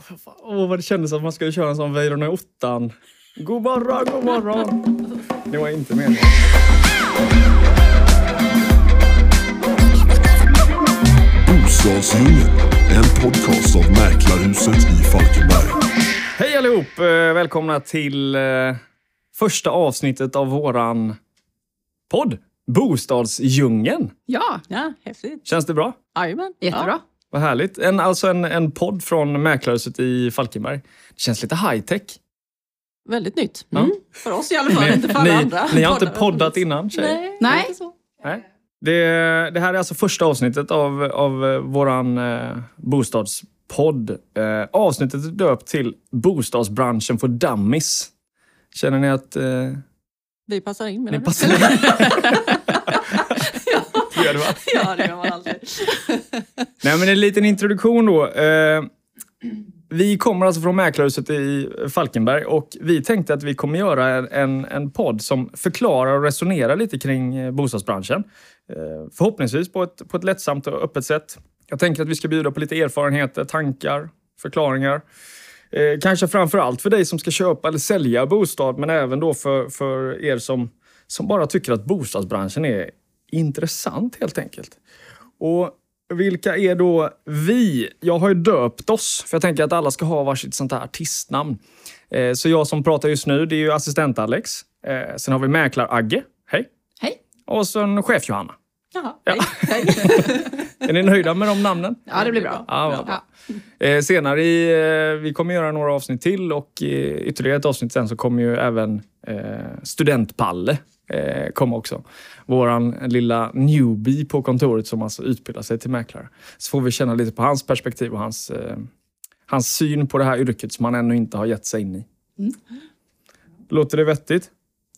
Fan, Åh, vad det kändes att man skulle köra en sån Weiron i ottan. God morgon, god morgon. Det var inte meningen. Bostadsdjungeln, en podcast av Mäklarhuset i Falkenberg. Hej allihop! eh, Välkomna till eh, första avsnittet av våran podd. Bostadsdjungeln. Ja, Ja, häftigt. Känns det bra? Jajamän. jättebra. Vad härligt. En, alltså en, en podd från Mäklarhuset i Falkenberg. Det känns lite high-tech. Ja, väldigt nytt. Ja. Mm. För oss i alla fall, inte för alla ni, andra. ni har inte poddar. poddat innan tjejer? Nej. Nej. inte så. Nej. Det, det här är alltså första avsnittet av, av eh, våran eh, bostadspodd. Eh, avsnittet är döpt till Bostadsbranschen för dummies. Känner ni att eh, Vi passar in menar ni du? passar in? Det gör det, va? Ja, det gör man alltid. Nej, men en liten introduktion då. Eh, vi kommer alltså från Mäklarhuset i Falkenberg och vi tänkte att vi kommer göra en- en, en podd som förklarar och resonerar lite kring eh, bostadsbranschen. Eh, förhoppningsvis på ett, på ett lättsamt och öppet sätt. Jag tänker att vi ska bjuda på lite erfarenheter, tankar, förklaringar. Eh, kanske framför allt för dig som ska köpa eller sälja bostad, men även då för, för er som, som bara tycker att bostadsbranschen är intressant helt enkelt. Och vilka är då vi? Jag har ju döpt oss, för jag tänker att alla ska ha varsitt sånt här artistnamn. Eh, Så jag som pratar just nu, det är ju assistent-Alex. Eh, Sen har vi mäklar-Agge. Hej! Hej. Och sen chef-Johanna. Jaha, Ja. hej. hej. Är ni nöjda med de namnen? Ja, det blir bra. Ja, vad bra. Ja. Eh, senare i, eh, vi kommer göra några avsnitt till och eh, ytterligare ett avsnitt sen så kommer ju även eh, studentpalle eh, komma också. Våran lilla newbie på kontoret som alltså utbildar sig till mäklare. Så får vi känna lite på hans perspektiv och hans, eh, hans syn på det här yrket som han ännu inte har gett sig in i. Låter det vettigt?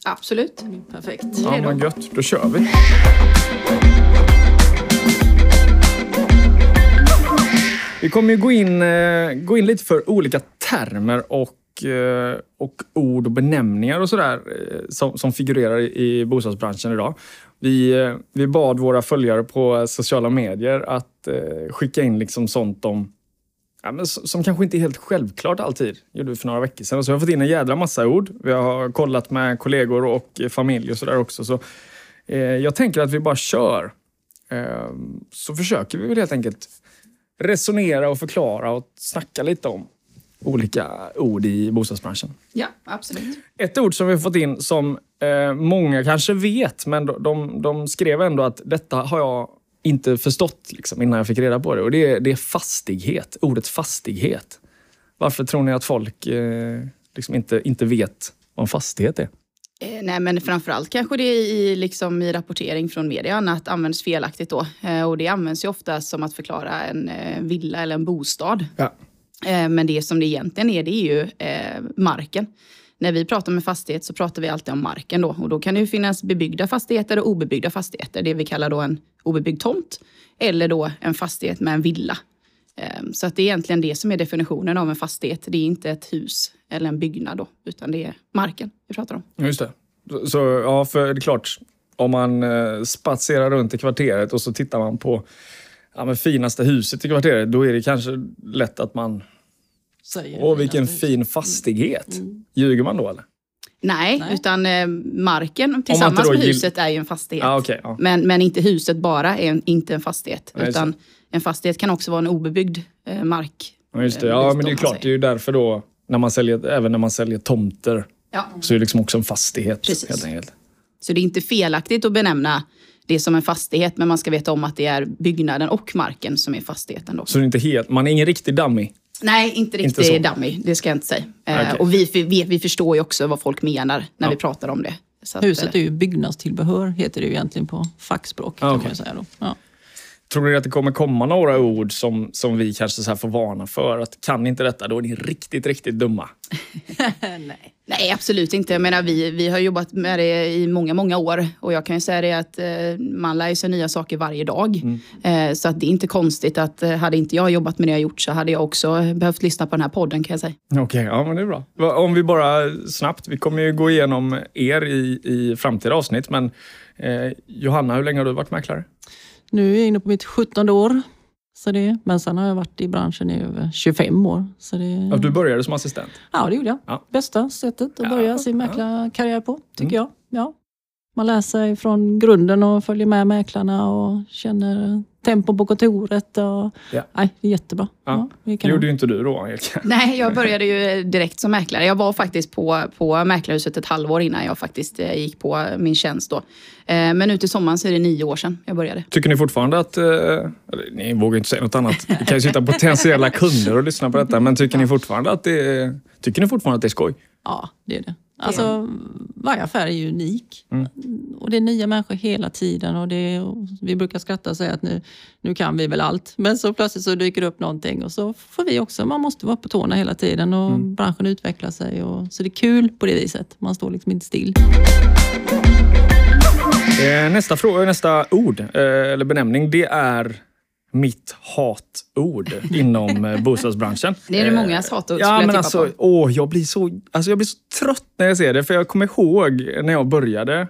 Absolut. Perfekt. Ja, Redo. men gött. Då kör vi. Vi kommer ju gå in, eh, gå in lite för olika termer och, eh, och ord och benämningar och sådär eh, som, som figurerar i i bostadsbranschen idag. Vi, eh, vi bad våra följare på eh, sociala medier att eh, skicka in liksom sånt de, ja, men s- som kanske inte är helt självklart alltid. gjorde vi för några veckor sedan. Och så har jag fått in en jädra massa ord. Vi har kollat med kollegor och eh, familj och sådär också. Så, eh, jag tänker att vi bara kör. Eh, så försöker vi väl helt enkelt resonera och förklara och snacka lite om olika ord i bostadsbranschen. Ja, absolut. Ett ord som vi har fått in som eh, många kanske vet, men de, de, de skrev ändå att detta har jag inte förstått liksom, innan jag fick reda på det. Och det är, det är fastighet, ordet fastighet. Varför tror ni att folk eh, liksom inte, inte vet vad en fastighet är? Eh, Nej, men framförallt kanske det är i, liksom, i rapportering från median att används felaktigt då. Eh, Och det används ju ofta som att förklara en eh, villa eller en bostad. Ja. Eh, Men det som det egentligen är, det är ju eh, marken. När vi pratar med fastighet så pratar vi alltid om marken då. Och då kan det ju finnas bebyggda fastigheter och obebyggda fastigheter. Det vi kallar då en obebyggd tomt. Eller då en fastighet med en villa. Eh, Så att det är egentligen det som är definitionen av en fastighet. Det är inte ett hus eller en byggnad då, utan det är marken vi pratar om. Just det. Så, så ja, för det är klart, om man eh, spatserar runt i kvarteret och så tittar man på ja, men finaste huset i kvarteret, då är det kanske lätt att man... Säger Åh, det vilken finaste. fin fastighet! Ljuger man då eller? Nej, Nej. utan eh, marken tillsammans då med gill- huset är ju en fastighet. Ja, Ah, okej. ja. Men, men inte huset bara är en, inte en fastighet. Nej, utan en fastighet kan också vara en obebyggd eh, mark. Ja, just det. Eh, Ja, bistånd, men det är klart. alltså. Det är ju därför då, när man säljer, även när man säljer tomter, Ja. så är det liksom också en fastighet. Precis. Helt enkelt. Så det är inte felaktigt att benämna det som en fastighet, men man ska veta om att det är byggnaden och marken som är fastigheten. Då. Så det är inte helt, man är ingen riktig dummy. Nej, inte Inte riktigt så. dummy. Det ska jag inte säga. Eh, Okej. Och vi, vi, vi förstår ju också vad folk menar när Ja. vi pratar om det. Så att, Huset eh, är ju byggnadstillbehör, heter det ju egentligen på fackspråk. Ah, kan okej. man ju säga då. Ja. Tror ni att det kommer komma några ord som, som vi kanske så här får varna för? Att kan ni inte detta, då är ni riktigt, riktigt dumma. Nej. Nej, absolut inte. Jag menar, vi, vi har jobbat med det i många, många år och jag kan ju säga det att eh, man lär ju sig nya saker varje dag. Mm. Eh, så att det är inte konstigt att eh, hade inte jag jobbat med det jag gjort så hade jag också behövt lyssna på den här podden kan jag säga. Okej, ja men det är bra. Va- Om vi bara snabbt, vi kommer ju gå igenom er i, i framtida avsnitt, men eh, Johanna, hur länge har du varit mäklare? Nu är jag inne på mitt 17 år. Så det, men sen har jag varit i branschen i över 25 år. Så det, Ja, Du började som assistent. Ja, det gjorde jag. Ja. Bästa sättet att Ja, Mm. börja sin mäklarkarriär på, tycker jag. Ja. Man lär sig från grunden och följer med mäklarna och känner tempo på kontoret. Och... Ja. Nej, det är jättebra. Ja. det är Det kanon. gjorde ju inte du då, Angelica. Nej, jag började ju eh, direkt som mäklare. Jag var faktiskt på, på Mäklarhuset ett halvår innan jag faktiskt eh, gick på min tjänst då. Eh, Men nu till sommaren så är det nio år sedan jag började. Tycker ni fortfarande att... Eh, eller, ni vågar inte säga något annat. Det kan ju sitta potentiella kunder och lyssna på detta. Men tycker ni fortfarande att det är, tycker ni fortfarande att det är skoj? Ja, det är det. Alltså, varje affär är ju unik. Mm. Och det är nya människor hela tiden. Och det är, och vi brukar skratta och säga att nu, nu kan vi väl allt. Men så plötsligt så dyker det upp någonting och så får vi också, man måste vara på tårna hela tiden och Mm. branschen utvecklar sig. Och, så det är kul på det viset. Man står liksom inte still. Eh, nästa, fråga, nästa ord, eh, eller benämning, det är mitt hatord inom eh, bostadsbranschen. Det är det Eh, mångas hatord, skulle Ja, jag men tippa alltså, på. åh, jag, blir så, alltså, jag blir så trött när jag ser det. För jag kommer ihåg när jag började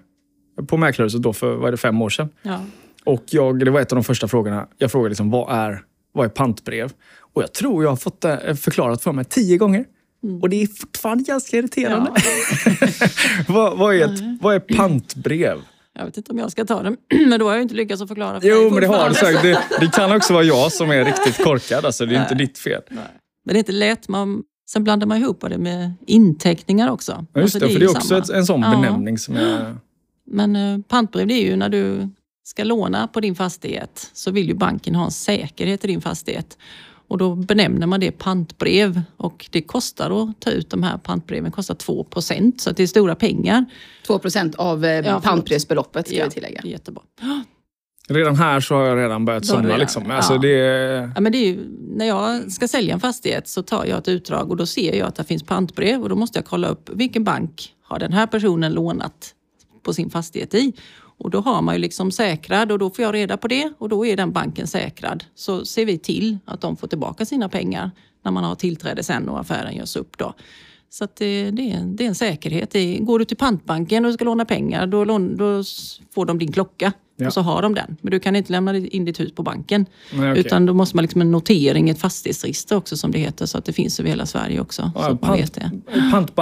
på Mäklarhuset då för vad är det, fem år sedan. Ja. Och jag, det var ett av de första frågorna. Jag frågade liksom, vad är, vad är pantbrev? Och jag tror jag har fått det eh, förklarat för mig tio gånger. Mm. Och det är fortfarande ganska irriterande. vad, vad, är ett, vad är pantbrev? Jag vet inte om jag ska ta den, men då har jag ju inte lyckats att förklara för dig Jo, men det har du fortfarande. säkert. Det, det kan också vara jag som är riktigt korkad. Alltså, det är inte ditt fel. Men det är inte lätt. Man, sen blandar man ihop det med inteckningar också. Ja, just Alltså, det, för det ju är också samma. ett, en sån Ja. benämning som är... Men eh, pantbrev det är ju när du ska låna på din fastighet så vill ju banken ha en säkerhet i din fastighet. Och då benämner man det pantbrev och det kostar att ta ut de här pantbreven, kostar 2 så att det är stora pengar. 2 av eh, förlåt. pantbrevsbeloppet ska Ja, vi tillägga. Det är jättebra. Redan här så har jag redan börjat Då har du somna. redan- Liksom. Alltså, ja. det är... Ja, men det är ju, när jag ska sälja en fastighet så tar jag ett utdrag och då ser jag att det finns pantbrev och då måste jag kolla upp vilken bank har den här personen lånat på sin fastighet i. Och då har man ju liksom säkrad och då får jag reda på det och då är den banken säkrad. Så ser vi till att de får tillbaka sina pengar när man har tillträde sen och affären görs upp då. Så att eh, det, det, är, en- det är en säkerhet. Det, går du till pantbanken och ska låna pengar då, lån, då s- får de din klocka Ja. och så har de den. Men du kan inte lämna in ditt hus på banken. Nej, okej. Utan då måste man liksom en notering, ett fastighetsregister också som det heter, så att det finns över hela Sverige också. så att man pant- vet det.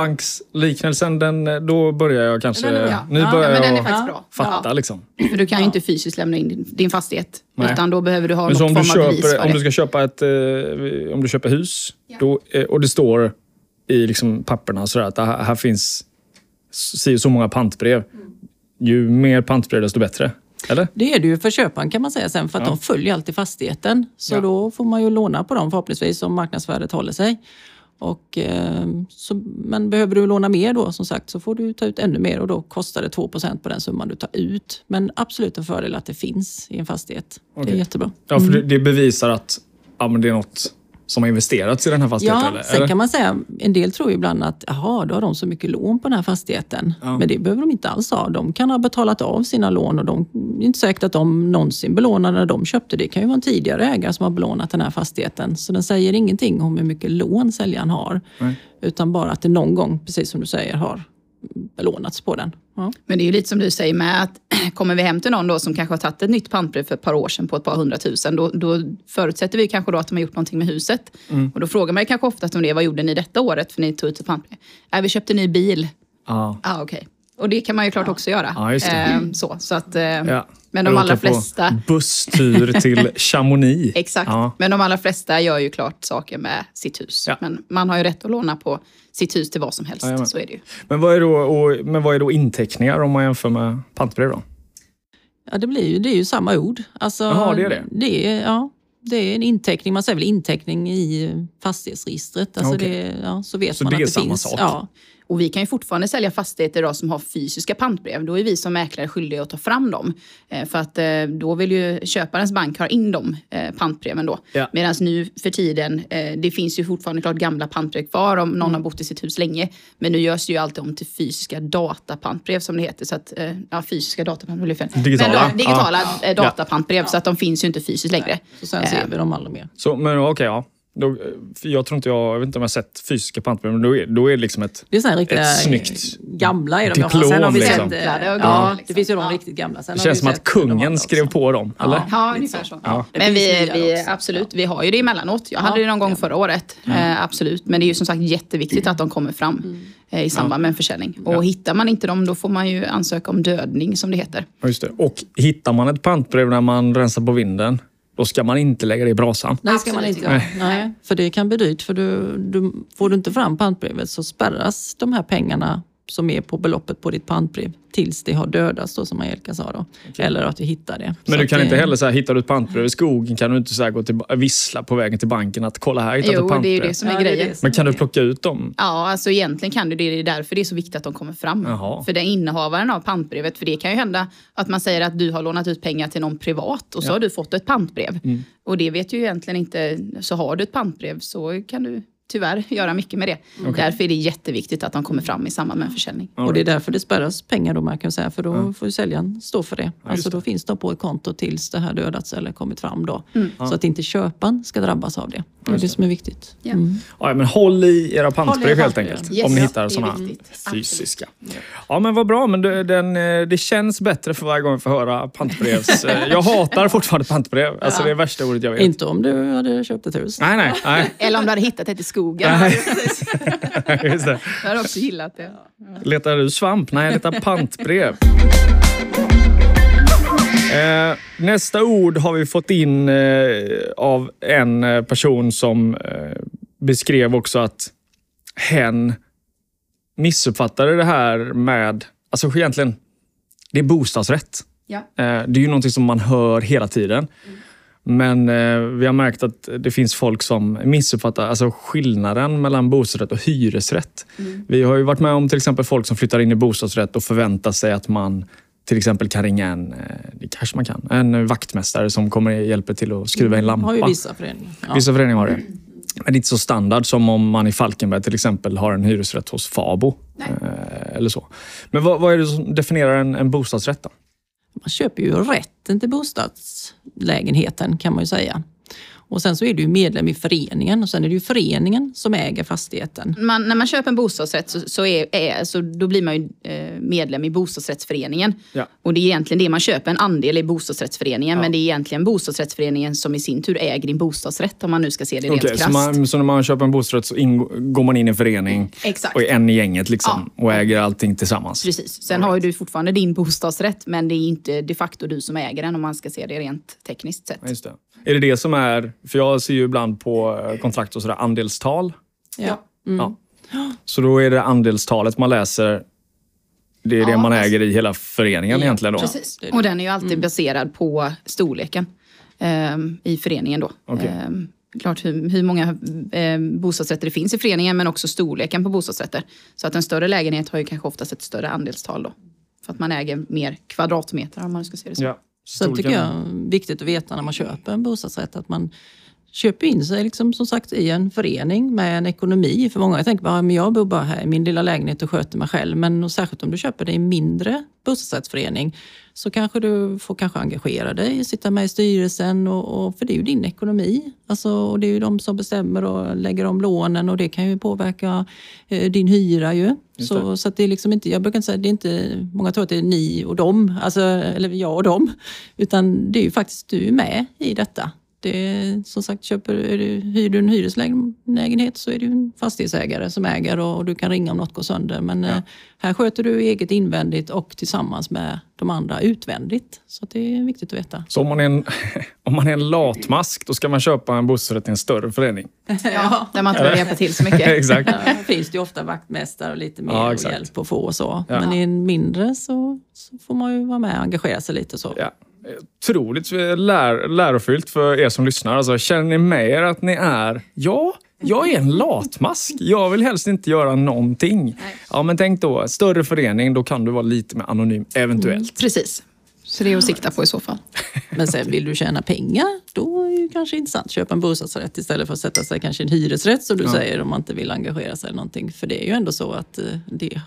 Pantbanksliknelsen, den, då börjar jag kanske... Den är bra. Nu Ja, börjar men den är jag faktiskt bra. fatta. Ja. Liksom. För du kan ju inte fysiskt lämna in din, din fastighet. Nej. Utan då behöver du ha Men något så om form du, av bevis köper, för om det. du ska köpa ett eh, om du köper hus då, eh, och det står i liksom papperna sådär, att det här, här finns si och så många pantbrev. Ju mer pantbrev, desto bättre. Eller? Det är det ju för köparen kan man säga sen, för att de följer alltid fastigheten. Så Ja. då får man ju låna på dem förhoppningsvis om marknadsvärdet håller sig. Och, eh, så, men behöver du låna mer då som sagt så får du ta ut ännu mer och då kostar det 2 på den summan du tar ut. Men absolut en fördel att det finns i en fastighet. Det Okej. är jättebra. Ja, för Mm. det, det bevisar att ja, men det är något som har investerats i den här fastigheten. Ja, eller? sen kan man säga, en del tror ju ibland att jaha, då har de så mycket lån på den här fastigheten. Men det behöver de inte alls ha. De kan ha betalat av sina lån och de, det är inte säkert att de någonsin belånade när de köpte. Det kan ju vara en tidigare ägare som har belånat den här fastigheten. Så den säger ingenting om hur mycket lån säljaren har. Utan bara att det någon gång, precis som du säger, har belånats på den. Ja. Men det är ju lite som du säger med att kommer vi hem till någon då som kanske har tagit ett nytt pantbrev för ett par år sedan på ett par hundratusen, då, då förutsätter vi kanske då att de har gjort någonting med huset. Mm. Och då frågar man ju kanske ofta om det, vad gjorde ni detta året för ni tog ut ett pantbrev? Nej, vi köpte en ny bil. Ja. Ja, ah, okej. Och det kan man ju klart också göra. Ja, just det. Ehm, så, så att, eh, Ja. Men de Jag allra åker på flesta... Busstur till Chamonix. Exakt. Ja. Men de allra flesta gör ju klart saker med sitt hus. Ja. Men man har ju rätt att låna på sitt hus till vad som helst. Jajamän. så är det ju. Men, vad är då, och, men vad är då inteckningar om man jämför med pantbrev? Då? Ja, det, blir ju, det är ju samma ord. Alltså, Jaha, det är det? är, ja, det är en inteckning. Man säger väl inteckning i eh, fastighetsregistret. Alltså Okej. det, ja, så vet Så man det att är det samma finns. sak? Ja, Och vi kan ju fortfarande sälja fastigheter idag som har fysiska pantbrev. Då är vi som mäklare skyldiga att ta fram dem. Eh, För att eh, då vill ju köparens bank ha in de eh, pantbreven då. Ja. Medan nu för tiden, eh, det finns ju fortfarande klart gamla pantbrev kvar om Mm. någon har bott i sitt hus länge. Men nu görs det ju alltid om till fysiska datapantbrev som det heter. Så att, eh, ja, fysiska datapantbrev blir fel. Digitala. Men, då- digitala eh, datapantbrev så att de finns ju inte fysiskt längre. så sen ser vi dem aldrig mer. Så, men okej, ja. Då, för jag tror inte jag, jag vet inte om jag har sett fysiska pantbrev, men då är, då är det liksom ett... Det är sådana riktiga eh, Ett snyggt gamla är de. diplom, Sen har vi liksom. sett, eh, Stämplade och ja, grejer, det finns ju de liksom. riktigt gamla. Sen Det har vi kungen sett att de andra kungen också. skrev på dem, Ja. eller? Ja, ungefär så. Ja. Det Men finns vi, nyare vi också. absolut, vi har ju det emellanåt. Jag hade det någon gång förra året. Eh, absolut. Men det är ju som sagt jätteviktigt att de kommer fram Mm. eh, i samband med en försäljning. Och hittar man inte dem, då får man ju ansöka om dödning som det heter. Ja, Just det. Och hittar man ett pantbrev när man rensar på vinden, då ska man inte lägga det i brasan. Nej, ska man Absolut inte göra. Nej, för det kan bli dyrt. För du, du, får du inte fram pantbrevet så spärras de här pengarna som är på beloppet på ditt pantbrev tills det har dödats, då, som Angelica sa. Då. Eller att du hittar det. Så Men du att kan det, inte heller, så här, hittar du ett pantbrev i skogen kan du inte så här, gå till, vissla på vägen till banken att kolla här, jag hittat Jo, ett det är ju pantbrev. det som är Ja, det är grejen. det som- Men kan du plocka ut dem? Ja, alltså egentligen kan du det. Det är därför det är så viktigt att de kommer fram. Jaha. För den innehavaren av pantbrevet. För det kan ju hända att man säger att du har lånat ut pengar till någon privat och så har du fått ett pantbrev. Och det vet ju egentligen inte. Så har du ett pantbrev så kan du tyvärr göra mycket med det. Därför är det jätteviktigt att de kommer fram i samband med en försäljning. Och det är därför det spärras pengar då, man kan säga, för då får ju säljaren stå för det. alltså då finns de på ett konto tills det här dödats eller kommit fram då. Så att inte köparen ska drabbas av det. Det är det som är viktigt. Ja. Ja, ja, men håll i era pantbrev helt pantbrev. enkelt. Yes, om ni ja, hittar det är såna viktigt. fysiska. Ja, men vad bra. Men det, den, eh, det känns bättre för varje gång jag får höra pantbrevs... eh, jag hatar fortfarande pantbrev. Alltså, Det är värsta ordet jag vet. Inte om du hade köpt ett hus. Nej, nej. nej. Eller om du hade hittat ett i skogen. Just det. Jag hade också gillat det. Letar du svamp? Nej, jag letar pantbrev. Eh, nästa ord har vi fått in eh, av en eh, person som eh, beskrev också att hen missuppfattade det här med... Alltså egentligen, det är bostadsrätt. Ja. Eh, det är ju någonting som man hör hela tiden. Men eh, vi har märkt att det finns folk som missuppfattar alltså skillnaden mellan bostadsrätt och hyresrätt. Mm. Vi har ju varit med om till exempel folk som flyttar in i bostadsrätt och förväntar sig att man till exempel kan ringa en, eh, det kanske man kan, en vaktmästare som kommer och hjälper till att skruva en lampa. Mm, Har ju vissa föreningar. Ja. Vissa föreningar har det. Men det är inte så standard som om man i Falkenberg till exempel har en hyresrätt hos Fabo. Eh, eller så. Men vad, vad är det som definierar en, en bostadsrätt? Då? Man köper ju rätten till bostadslägenheten kan man ju säga. Och sen så är du ju medlem i föreningen och sen är det ju föreningen som äger fastigheten. man, när man köper en bostadsrätt så, så, är, är, så då blir man ju eh, medlem i bostadsrättsföreningen. Ja. Och det är egentligen det man köper, en andel i bostadsrättsföreningen. Men det är egentligen bostadsrättsföreningen som i sin tur äger din bostadsrätt om man nu ska se det rent Okej, krasst. så, man, så när man köper en bostadsrätt så ingår, går man in i en förening Exakt. och är en i gänget liksom, och äger allting tillsammans? Precis. Sen har ju du fortfarande din bostadsrätt men det är inte de facto du som äger den om man ska se det rent tekniskt sett. Ja, Just det. Är det det som är... För jag ser ju ibland på eh, kontrakt och sådär andelstal. Ja. Mm. Ja. Så då är det andelstalet man läser. Det är det Ja, man fast- äger i hela föreningen Ja, egentligen. Då. Precis. det Mm. är det. Och den är ju alltid baserad på storleken ehm, i föreningen då. Okej. Ehm, klart hur, hur många ehm, bostadsrätter det finns i föreningen men också storleken på bostadsrätter. Så att en större lägenhet har ju kanske oftast ett större andelstal då. För att man äger mer kvadratmeter om man ska se det så. Ja. Sen tycker jag är viktigt att veta när man köper en bostadsrätt att man köper in sig liksom, som sagt i en förening med en ekonomi. För många tänker bara, men jag bor bara här i min lilla lägenhet och sköter mig själv. Men och särskilt om du köper dig i en mindre bostadsrättsförening så kanske du får kanske engagera dig, sitta med i styrelsen. Och, och, för det är ju din ekonomi. Alltså, och det är ju de som bestämmer och lägger om lånen och det kan ju påverka eh, din hyra ju. Så, så att det är liksom inte, jag brukar inte säga, det är inte, många tror att det är ni och dem, alltså, eller jag och dem. Utan det är ju faktiskt du med i detta. Det är, som sagt, köper, är du, hyr du en hyreslägenhet så är du en fastighetsägare som äger och, och du kan ringa om något går sönder. Men eh, här sköter du eget invändigt och tillsammans med de andra utvändigt. Så att det är viktigt att veta. Så om man, är en, om man är en latmask, då ska man köpa en bostadsrätt i en större förening? Ja, där man inte behöver hjälpa till så mycket. Exakt. Ja, här finns det ju ofta vaktmästare och lite mer Ja, och exakt. hjälp att få och så. Men i en mindre så, så får man ju vara med och engagera sig lite så. Ja. Otroligt lär, lärofyllt för er som lyssnar. Alltså, känner ni med er att ni är... Ja, jag är en latmask. Jag vill helst inte göra någonting. Ja, men tänk då, större förening, då kan du vara lite mer anonym, Mm. eventuellt. Precis. Så det är att sikta på i så fall. Men sen vill du tjäna pengar, då är det ju kanske intressant att köpa en bostadsrätt istället för att sätta sig kanske i en hyresrätt som du säger om man inte vill engagera sig eller någonting. För det är ju ändå så att eh, det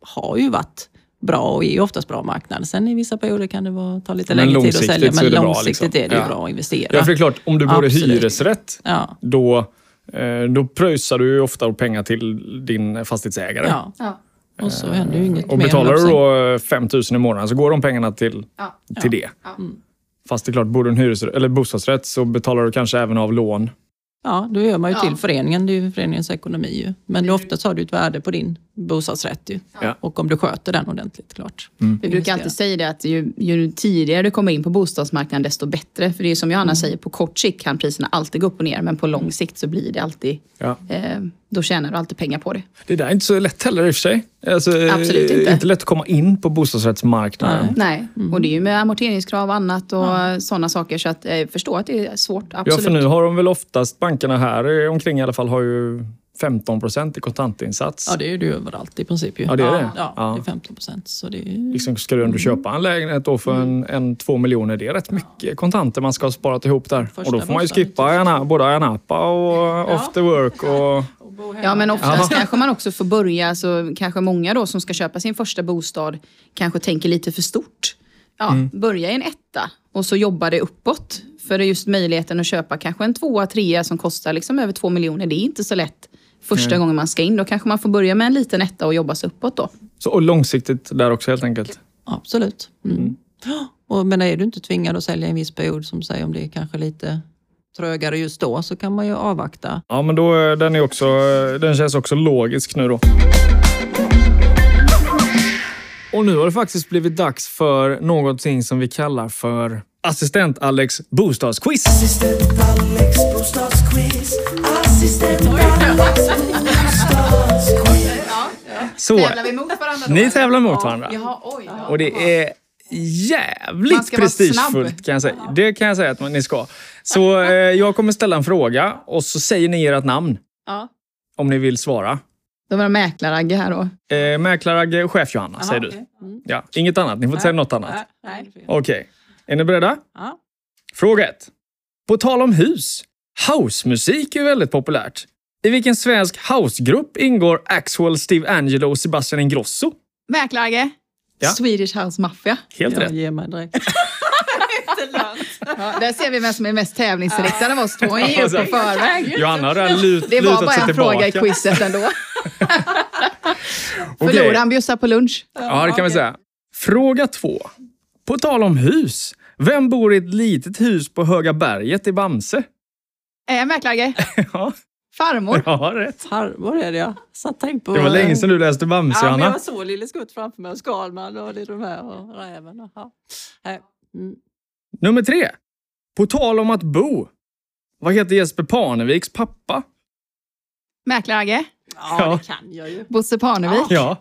har ju varit bra och är ju oftast bra marknad. Sen i vissa perioder kan det vara, ta lite Men längre tid att långsiktigt sälja, så men är det bra, långsiktigt liksom. är det ju Ja. bra att investera. Ja, för det är klart, om du bor i Absolut. hyresrätt, Ja. då Eh, Då pröjsar du ju ofta pengar till din fastighetsägare. Ja, Ja. och så händer ju inget Och mer. betalar du då eh, 5 000 i månaden så går de pengarna till, Ja. till det. Ja. Mm. Fast det är klart, bor du i en hyresrätt, eller bostadsrätt så betalar du kanske även av lån. Ja, då gör man ju Ja. till föreningen. Det är ju föreningens ekonomi ju. Men mm. oftast har du ett värde på din bostadsrätt ju. Ja. Mm. Och om du sköter den ordentligt klart. Vi brukar alltid säga det att ju, ju tidigare du kommer in på bostadsmarknaden desto bättre. För det är som Mm. Johanna säger, på kort sikt kan priserna alltid gå upp och ner men på lång sikt så blir det alltid, Ja. eh, då tjänar du alltid pengar på det. Det där är inte så lätt heller i och för sig. Alltså, eh, Absolut inte. inte lätt att komma in på bostadsrättsmarknaden. Nej, och det är ju med amorteringskrav och annat och sådana saker så att eh, jag förstår att det är svårt, Ja, för absolut. nu har de väl oftast, bankerna här eh, omkring i alla fall, har ju 15 procent i kontantinsats. Ja, det är ju det ju överallt i princip ju. Ja, det är det. Ja, Ja. det är 15 procent. Så det är ju... Liksom ska du ändå köpa en lägenhet då för en, en två miljoner, det är rätt mycket kontanter man ska ha sparat ihop där. och Första då får man ju bostaden, skippa Ayana, både Ayanapa och After Work. Och, Ja, men oftast kanske man också får börja, så kanske många då som ska köpa sin första bostad kanske tänker lite för stort. Ja, Mm. börja i en etta och så jobba det uppåt. För det är just möjligheten att köpa kanske en tvåa, trea som kostar liksom över två miljoner, det är inte så lätt första gången man ska in. Då kanske man får börja med en liten etta och jobba sig uppåt då. så, och långsiktigt där också helt enkelt. Absolut. Mm. Och, men är du inte tvingad att sälja i en viss period, som säger om det är kanske lite trögare just då, så kan man ju avvakta. Ja, men då, eh, den, är också, eh, den känns också logisk nu då. Och nu har det faktiskt blivit dags för någonting som vi kallar för Assistent-Alex bostadsquiz. Assistent Alex bostadsquiz. Assistent Alex bostadsquiz. Så, vi mot varandra ni tävlar mot varandra. Jaha, oj. Och det är Man jävligt ska vara prestigefullt snabb. kan jag säga. Det kan jag säga att man, ni ska. Så eh, jag kommer ställa en fråga och så säger ni ert namn Ja. om ni vill svara. Då var det mäklaragge här då. Eh, Mäklaragge, chef Johanna säger du. Ja, inget annat, ni får inte säga något annat. Mm. Nej. Okej, är ni beredda? Ja. Fråga ett. På tal om hus. Housemusik är ju väldigt populärt. I vilken svensk housegrupp ingår Axwell, Steve Angelo och Sebastian Ingrosso? Mäklaragge? Ja. Swedish House Mafia. Helt Jag rätt. ger mig direkt. Ja, där ser vi vem som är mest tävlingsriktad av oss två. Hon är ju på förväg. Johanna har redan lut, Det var lutat bara sig en tillbaka. fråga i quizet ändå. Okej. Förlorade han bjussar på lunch. Ja, det kan vi säga. Fråga två. På tal om hus. Vem bor i ett litet hus på Höga berget i Bamse? Är äh, mäklarge? Ja, Farmor? ja rätt. Farmor är det ja. Satt och tänkte på... Det var länge sedan du läste Bamse, Ja, men Johanna. jag såg Lille Skutt framför mig och Skalman och det är de här och Räven. Och, ja. Nej. Mm. Nummer tre. På tal om att bo. Vad heter Jesper Parneviks pappa? Mäklarge? ja, det kan jag ju. Bosse Parnevik? Ja.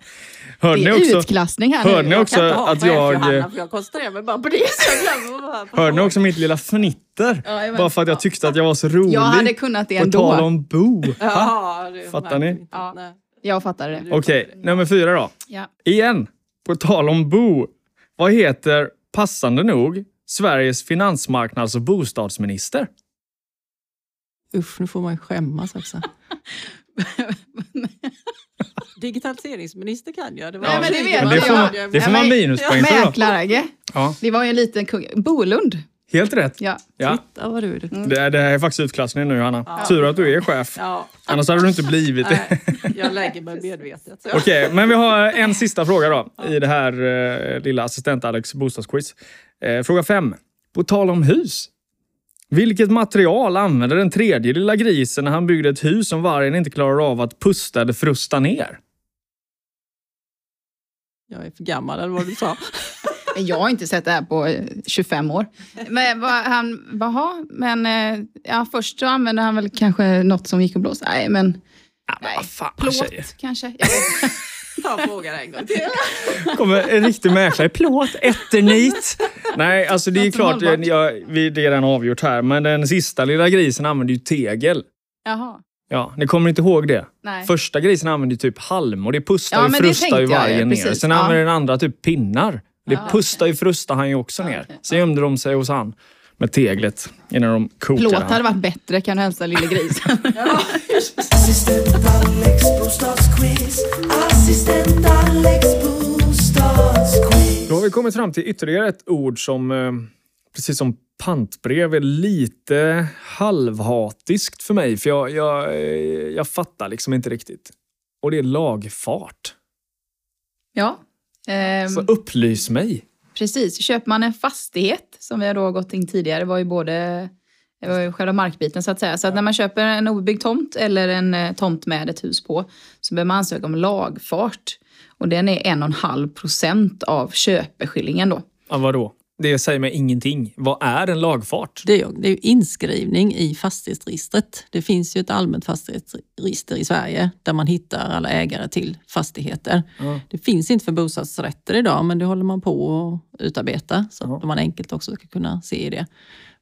Hörde Det ni är också, utklassning här hörde nu. ni Jag också kan inte ha att chef, jag... Johanna, för jag koncentrerar mig bara på det. Så jag glömmer vad jag- Hörde ni också mitt lilla fnitter? Ja, jag vet. Bara för att jag tyckte att jag var så rolig. Jag hade kunnat det På tal ändå. om bo. Ha? Ja, det Fattar märker ni? inte. Ja. Nej. Jag fattade det. Okej, nummer fyra då. Ja. Igen, på tal om bo. Vad heter, passande nog, Sveriges finansmarknads och bostadsminister? Usch, nu får man ju skämmas också. Digitaliseringsminister kan jag. Det var Nej, men det vet Men Ja, det jag får man, hörde jag. det får Ja, man men- minuspoäng för. Då. Mäklarge? Ja, Det var ju en liten kung. Bolund? helt rätt. Ja. Ja. Titta vad du är duktig. Det, är- det här är faktiskt utklassning nu, Hanna. Tur att du är chef. Ja, Annars hade du inte blivit det. nej, jag lägger mig medvetet. Så. Okej, men vi har en sista fråga då i det här eh, lilla assistent-Alex bostadsquiz. Eh, fråga fem. På tal om hus. Vilket material använde den tredje lilla grisen när han byggde ett hus som vargen inte klarar av att pusta eller frusta ner? Jag är för gammal eller vad du sa. Men Jag har inte sett det här på eh, 25 år. Men vad han, vaha, men eh, ja, först så använde han väl kanske något som gick att blåsa. Nej, men... Nej, vad fan, plåt tjejer. kanske. Jag vet. Ta frågan en gång till. kommer en riktig mäklare. Plåt, etternit. Nej, alltså det är Låter klart, hållbart. jag, vi, det är redan avgjort här. Men den sista lilla grisen använde ju tegel. Jaha. Ja, ni kommer inte ihåg det? Nej. Första grisen använde ju typ halm och det pustar Ja, ju men det frustar ju tänkte jag ju, vargen ner. precis. Sen Ja. använde den andra typ pinnar. Det Ja, pustar ju frustar han ju också ner. Sen gömde de sig hos han med teglet innan de kokade Plåt han. hade varit bättre, kan du hälsa lille grisen. Assistent Alex bostadsquiz. Assistent Alex bostadsquiz. Då har vi kommit fram till ytterligare ett ord som, eh, precis som pantbrev, är lite halvhatiskt för mig. För jag, jag, eh, jag fattar liksom inte riktigt. Och det är lagfart. Ja, ehm, Så upplys mig. precis. Köper man en fastighet, som vi har då gått in tidigare, var ju både det var ju själva markbiten så att säga. Så att när man köper en obebyggd tomt eller en eh, tomt med ett hus på så behöver man ansöka om lagfart. Och den är en och en halv procent av köpeskillingen då. Ja, vadå? Det säger mig ingenting. Vad är en lagfart? Det är, ju- det är ju inskrivning i fastighetsregistret. Det finns ju ett allmänt fastighetsregister i Sverige där man hittar alla ägare till fastigheter. Ja. Det finns inte för bostadsrätter idag, men det håller man på att utarbeta så att Ja. man enkelt också ska kunna se det.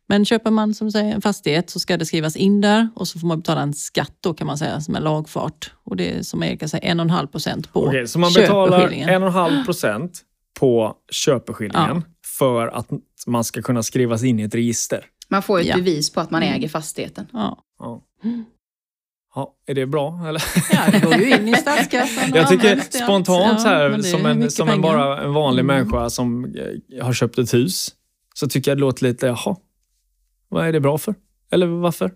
Men köper man som du säger, en fastighet så ska det skrivas in där och så får man betala en skatt då kan man säga som en lagfart. Och det är som Erika säger 1,5 procent på Okej, så man betalar köpeskillingen. 1,5 procent på köpeskillingen Ja. för att man ska kunna skrivas in i ett register. Man får ju ett Ja. bevis på att man Mm. äger fastigheten. Ja. Ja. Mm. Ja, är det bra? Eller? ja, det går ju in i statskassan. och Jag tycker används till allt. spontant, så Ja, här, men det är som, en, mycket som en, pengar. bara en vanlig Mm. människa som eh, har köpt ett hus, så tycker jag det låter lite, jaha, vad är det bra för? Eller varför?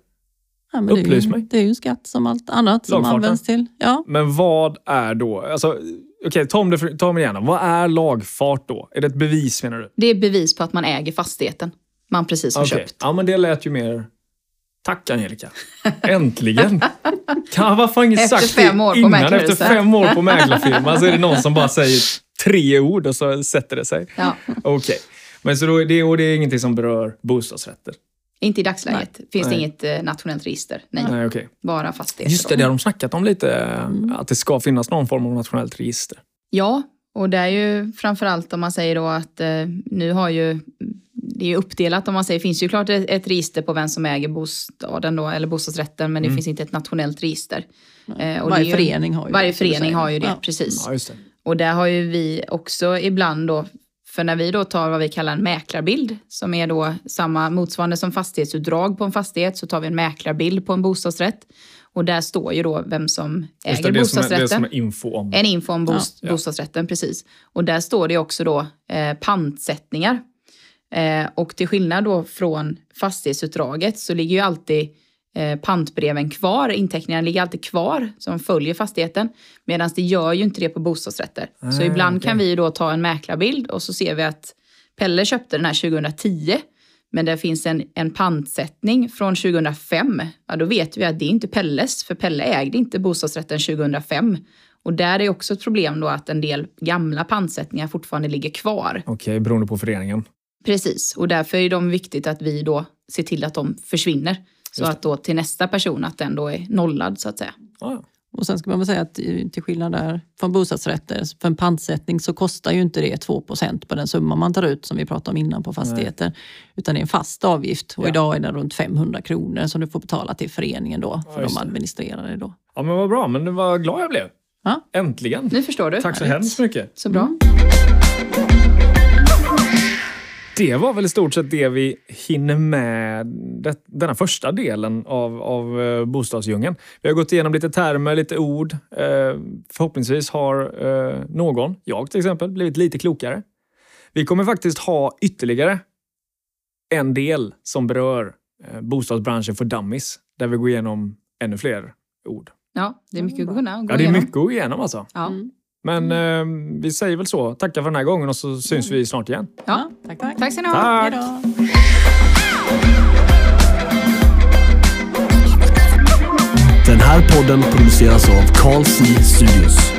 Ja, men Upplys det är ju, mig. Det är ju en skatt som allt annat som Lagfarten. används till. Ja. Men vad är då, alltså, okej, ta om det för- ta om det igen. då. Vad är lagfart då? Är det ett bevis menar du? Det är bevis på att man äger fastigheten man precis har Okej. köpt. Ja, men det lät ju mer... Tack Angelica. Äntligen. Kan, varför har ingen Efter sagt fem det år på innan? mäklarhuset. Efter fem år på mäklarfirman så är det någon som bara säger tre ord och så sätter det sig. Ja, Okej. Men så då är det, och det är ingenting som berör bostadsrätter? inte i dagsläget. Finns det Nej. inget eh, nationellt register? Nej, Nej, okej. bara fastigheter. Just det, då. det har de snackat om lite. Att det ska finnas någon form av nationellt register. Ja, och det är ju framförallt om man säger då att eh, nu har ju det är ju uppdelat om man säger, det finns ju klart ett, ett register på vem som äger bostaden då, eller bostadsrätten, men det finns inte ett nationellt register. Eh, och det är Varje ju- förening har ju Varje det, som du förening säger. har ju det, Ja. precis. Ja, just det. Och där har ju vi också ibland då, för när vi då tar vad vi kallar en mäklarbild, som är då samma motsvarande som fastighetsutdrag på en fastighet, så tar vi en mäklarbild på en bostadsrätt. Och där står ju då vem som Just äger det, det, som är, bostadsrätten. det som är info om. En info om bost- Ja. bostadsrätten, precis. Och där står det också då eh, pantsättningar. Eh, och till skillnad då från fastighetsutdraget så ligger ju alltid eh, pantbreven kvar, inteckningarna ligger alltid kvar som följer fastigheten. Medan det gör ju inte det på bostadsrätter. så Ah, ibland okej. kan vi ju då ta en mäklarbild och så ser vi att Pelle köpte den här 2010. Men det finns en, en pantsättning från 2005. Ja, då vet vi att det är inte Pelles, för Pelle ägde inte bostadsrätten 2005. Och där är också ett problem då att en del gamla pantsättningar fortfarande ligger kvar. Okej, beroende på föreningen. Precis, och därför är de viktigt att vi då ser till att de försvinner. Så Just det. att då till nästa person att den då är nollad så att säga. Ja, ja. Och sen ska man väl säga att eh, till skillnad där från bostadsrätter, för en pantsättning så kostar ju inte det 2 på den summa man tar ut som vi pratade om innan på fastigheter. Utan det är en fast avgift och Ja. idag är den runt 500 kronor som du får betala till föreningen då, för just de det. administrerar det då. ja, men vad bra. Men vad glad jag blev. Ja. Äntligen. Nu förstår du. Tack så hemskt mycket. Mm. Så bra. Det var väl i stort sett det vi hinner med det, denna första delen av, av eh, bostadsdjungeln. Vi har gått igenom lite termer, lite ord. Eh, förhoppningsvis har eh, någon, jag till exempel, blivit lite klokare. Vi kommer faktiskt ha ytterligare en del som berör eh, bostadsbranschen för dummies, där vi går igenom ännu fler ord. Ja, det är mycket att kunna gå Ja, det är igenom. mycket att gå igenom alltså. Ja. Men eh, vi säger väl så. Tackar för den här gången och så syns vi snart igen. Ja. Tack, tack. Tack ska ni ha. Tack! Hejdå. Den här podden produceras av Carl C. Studios.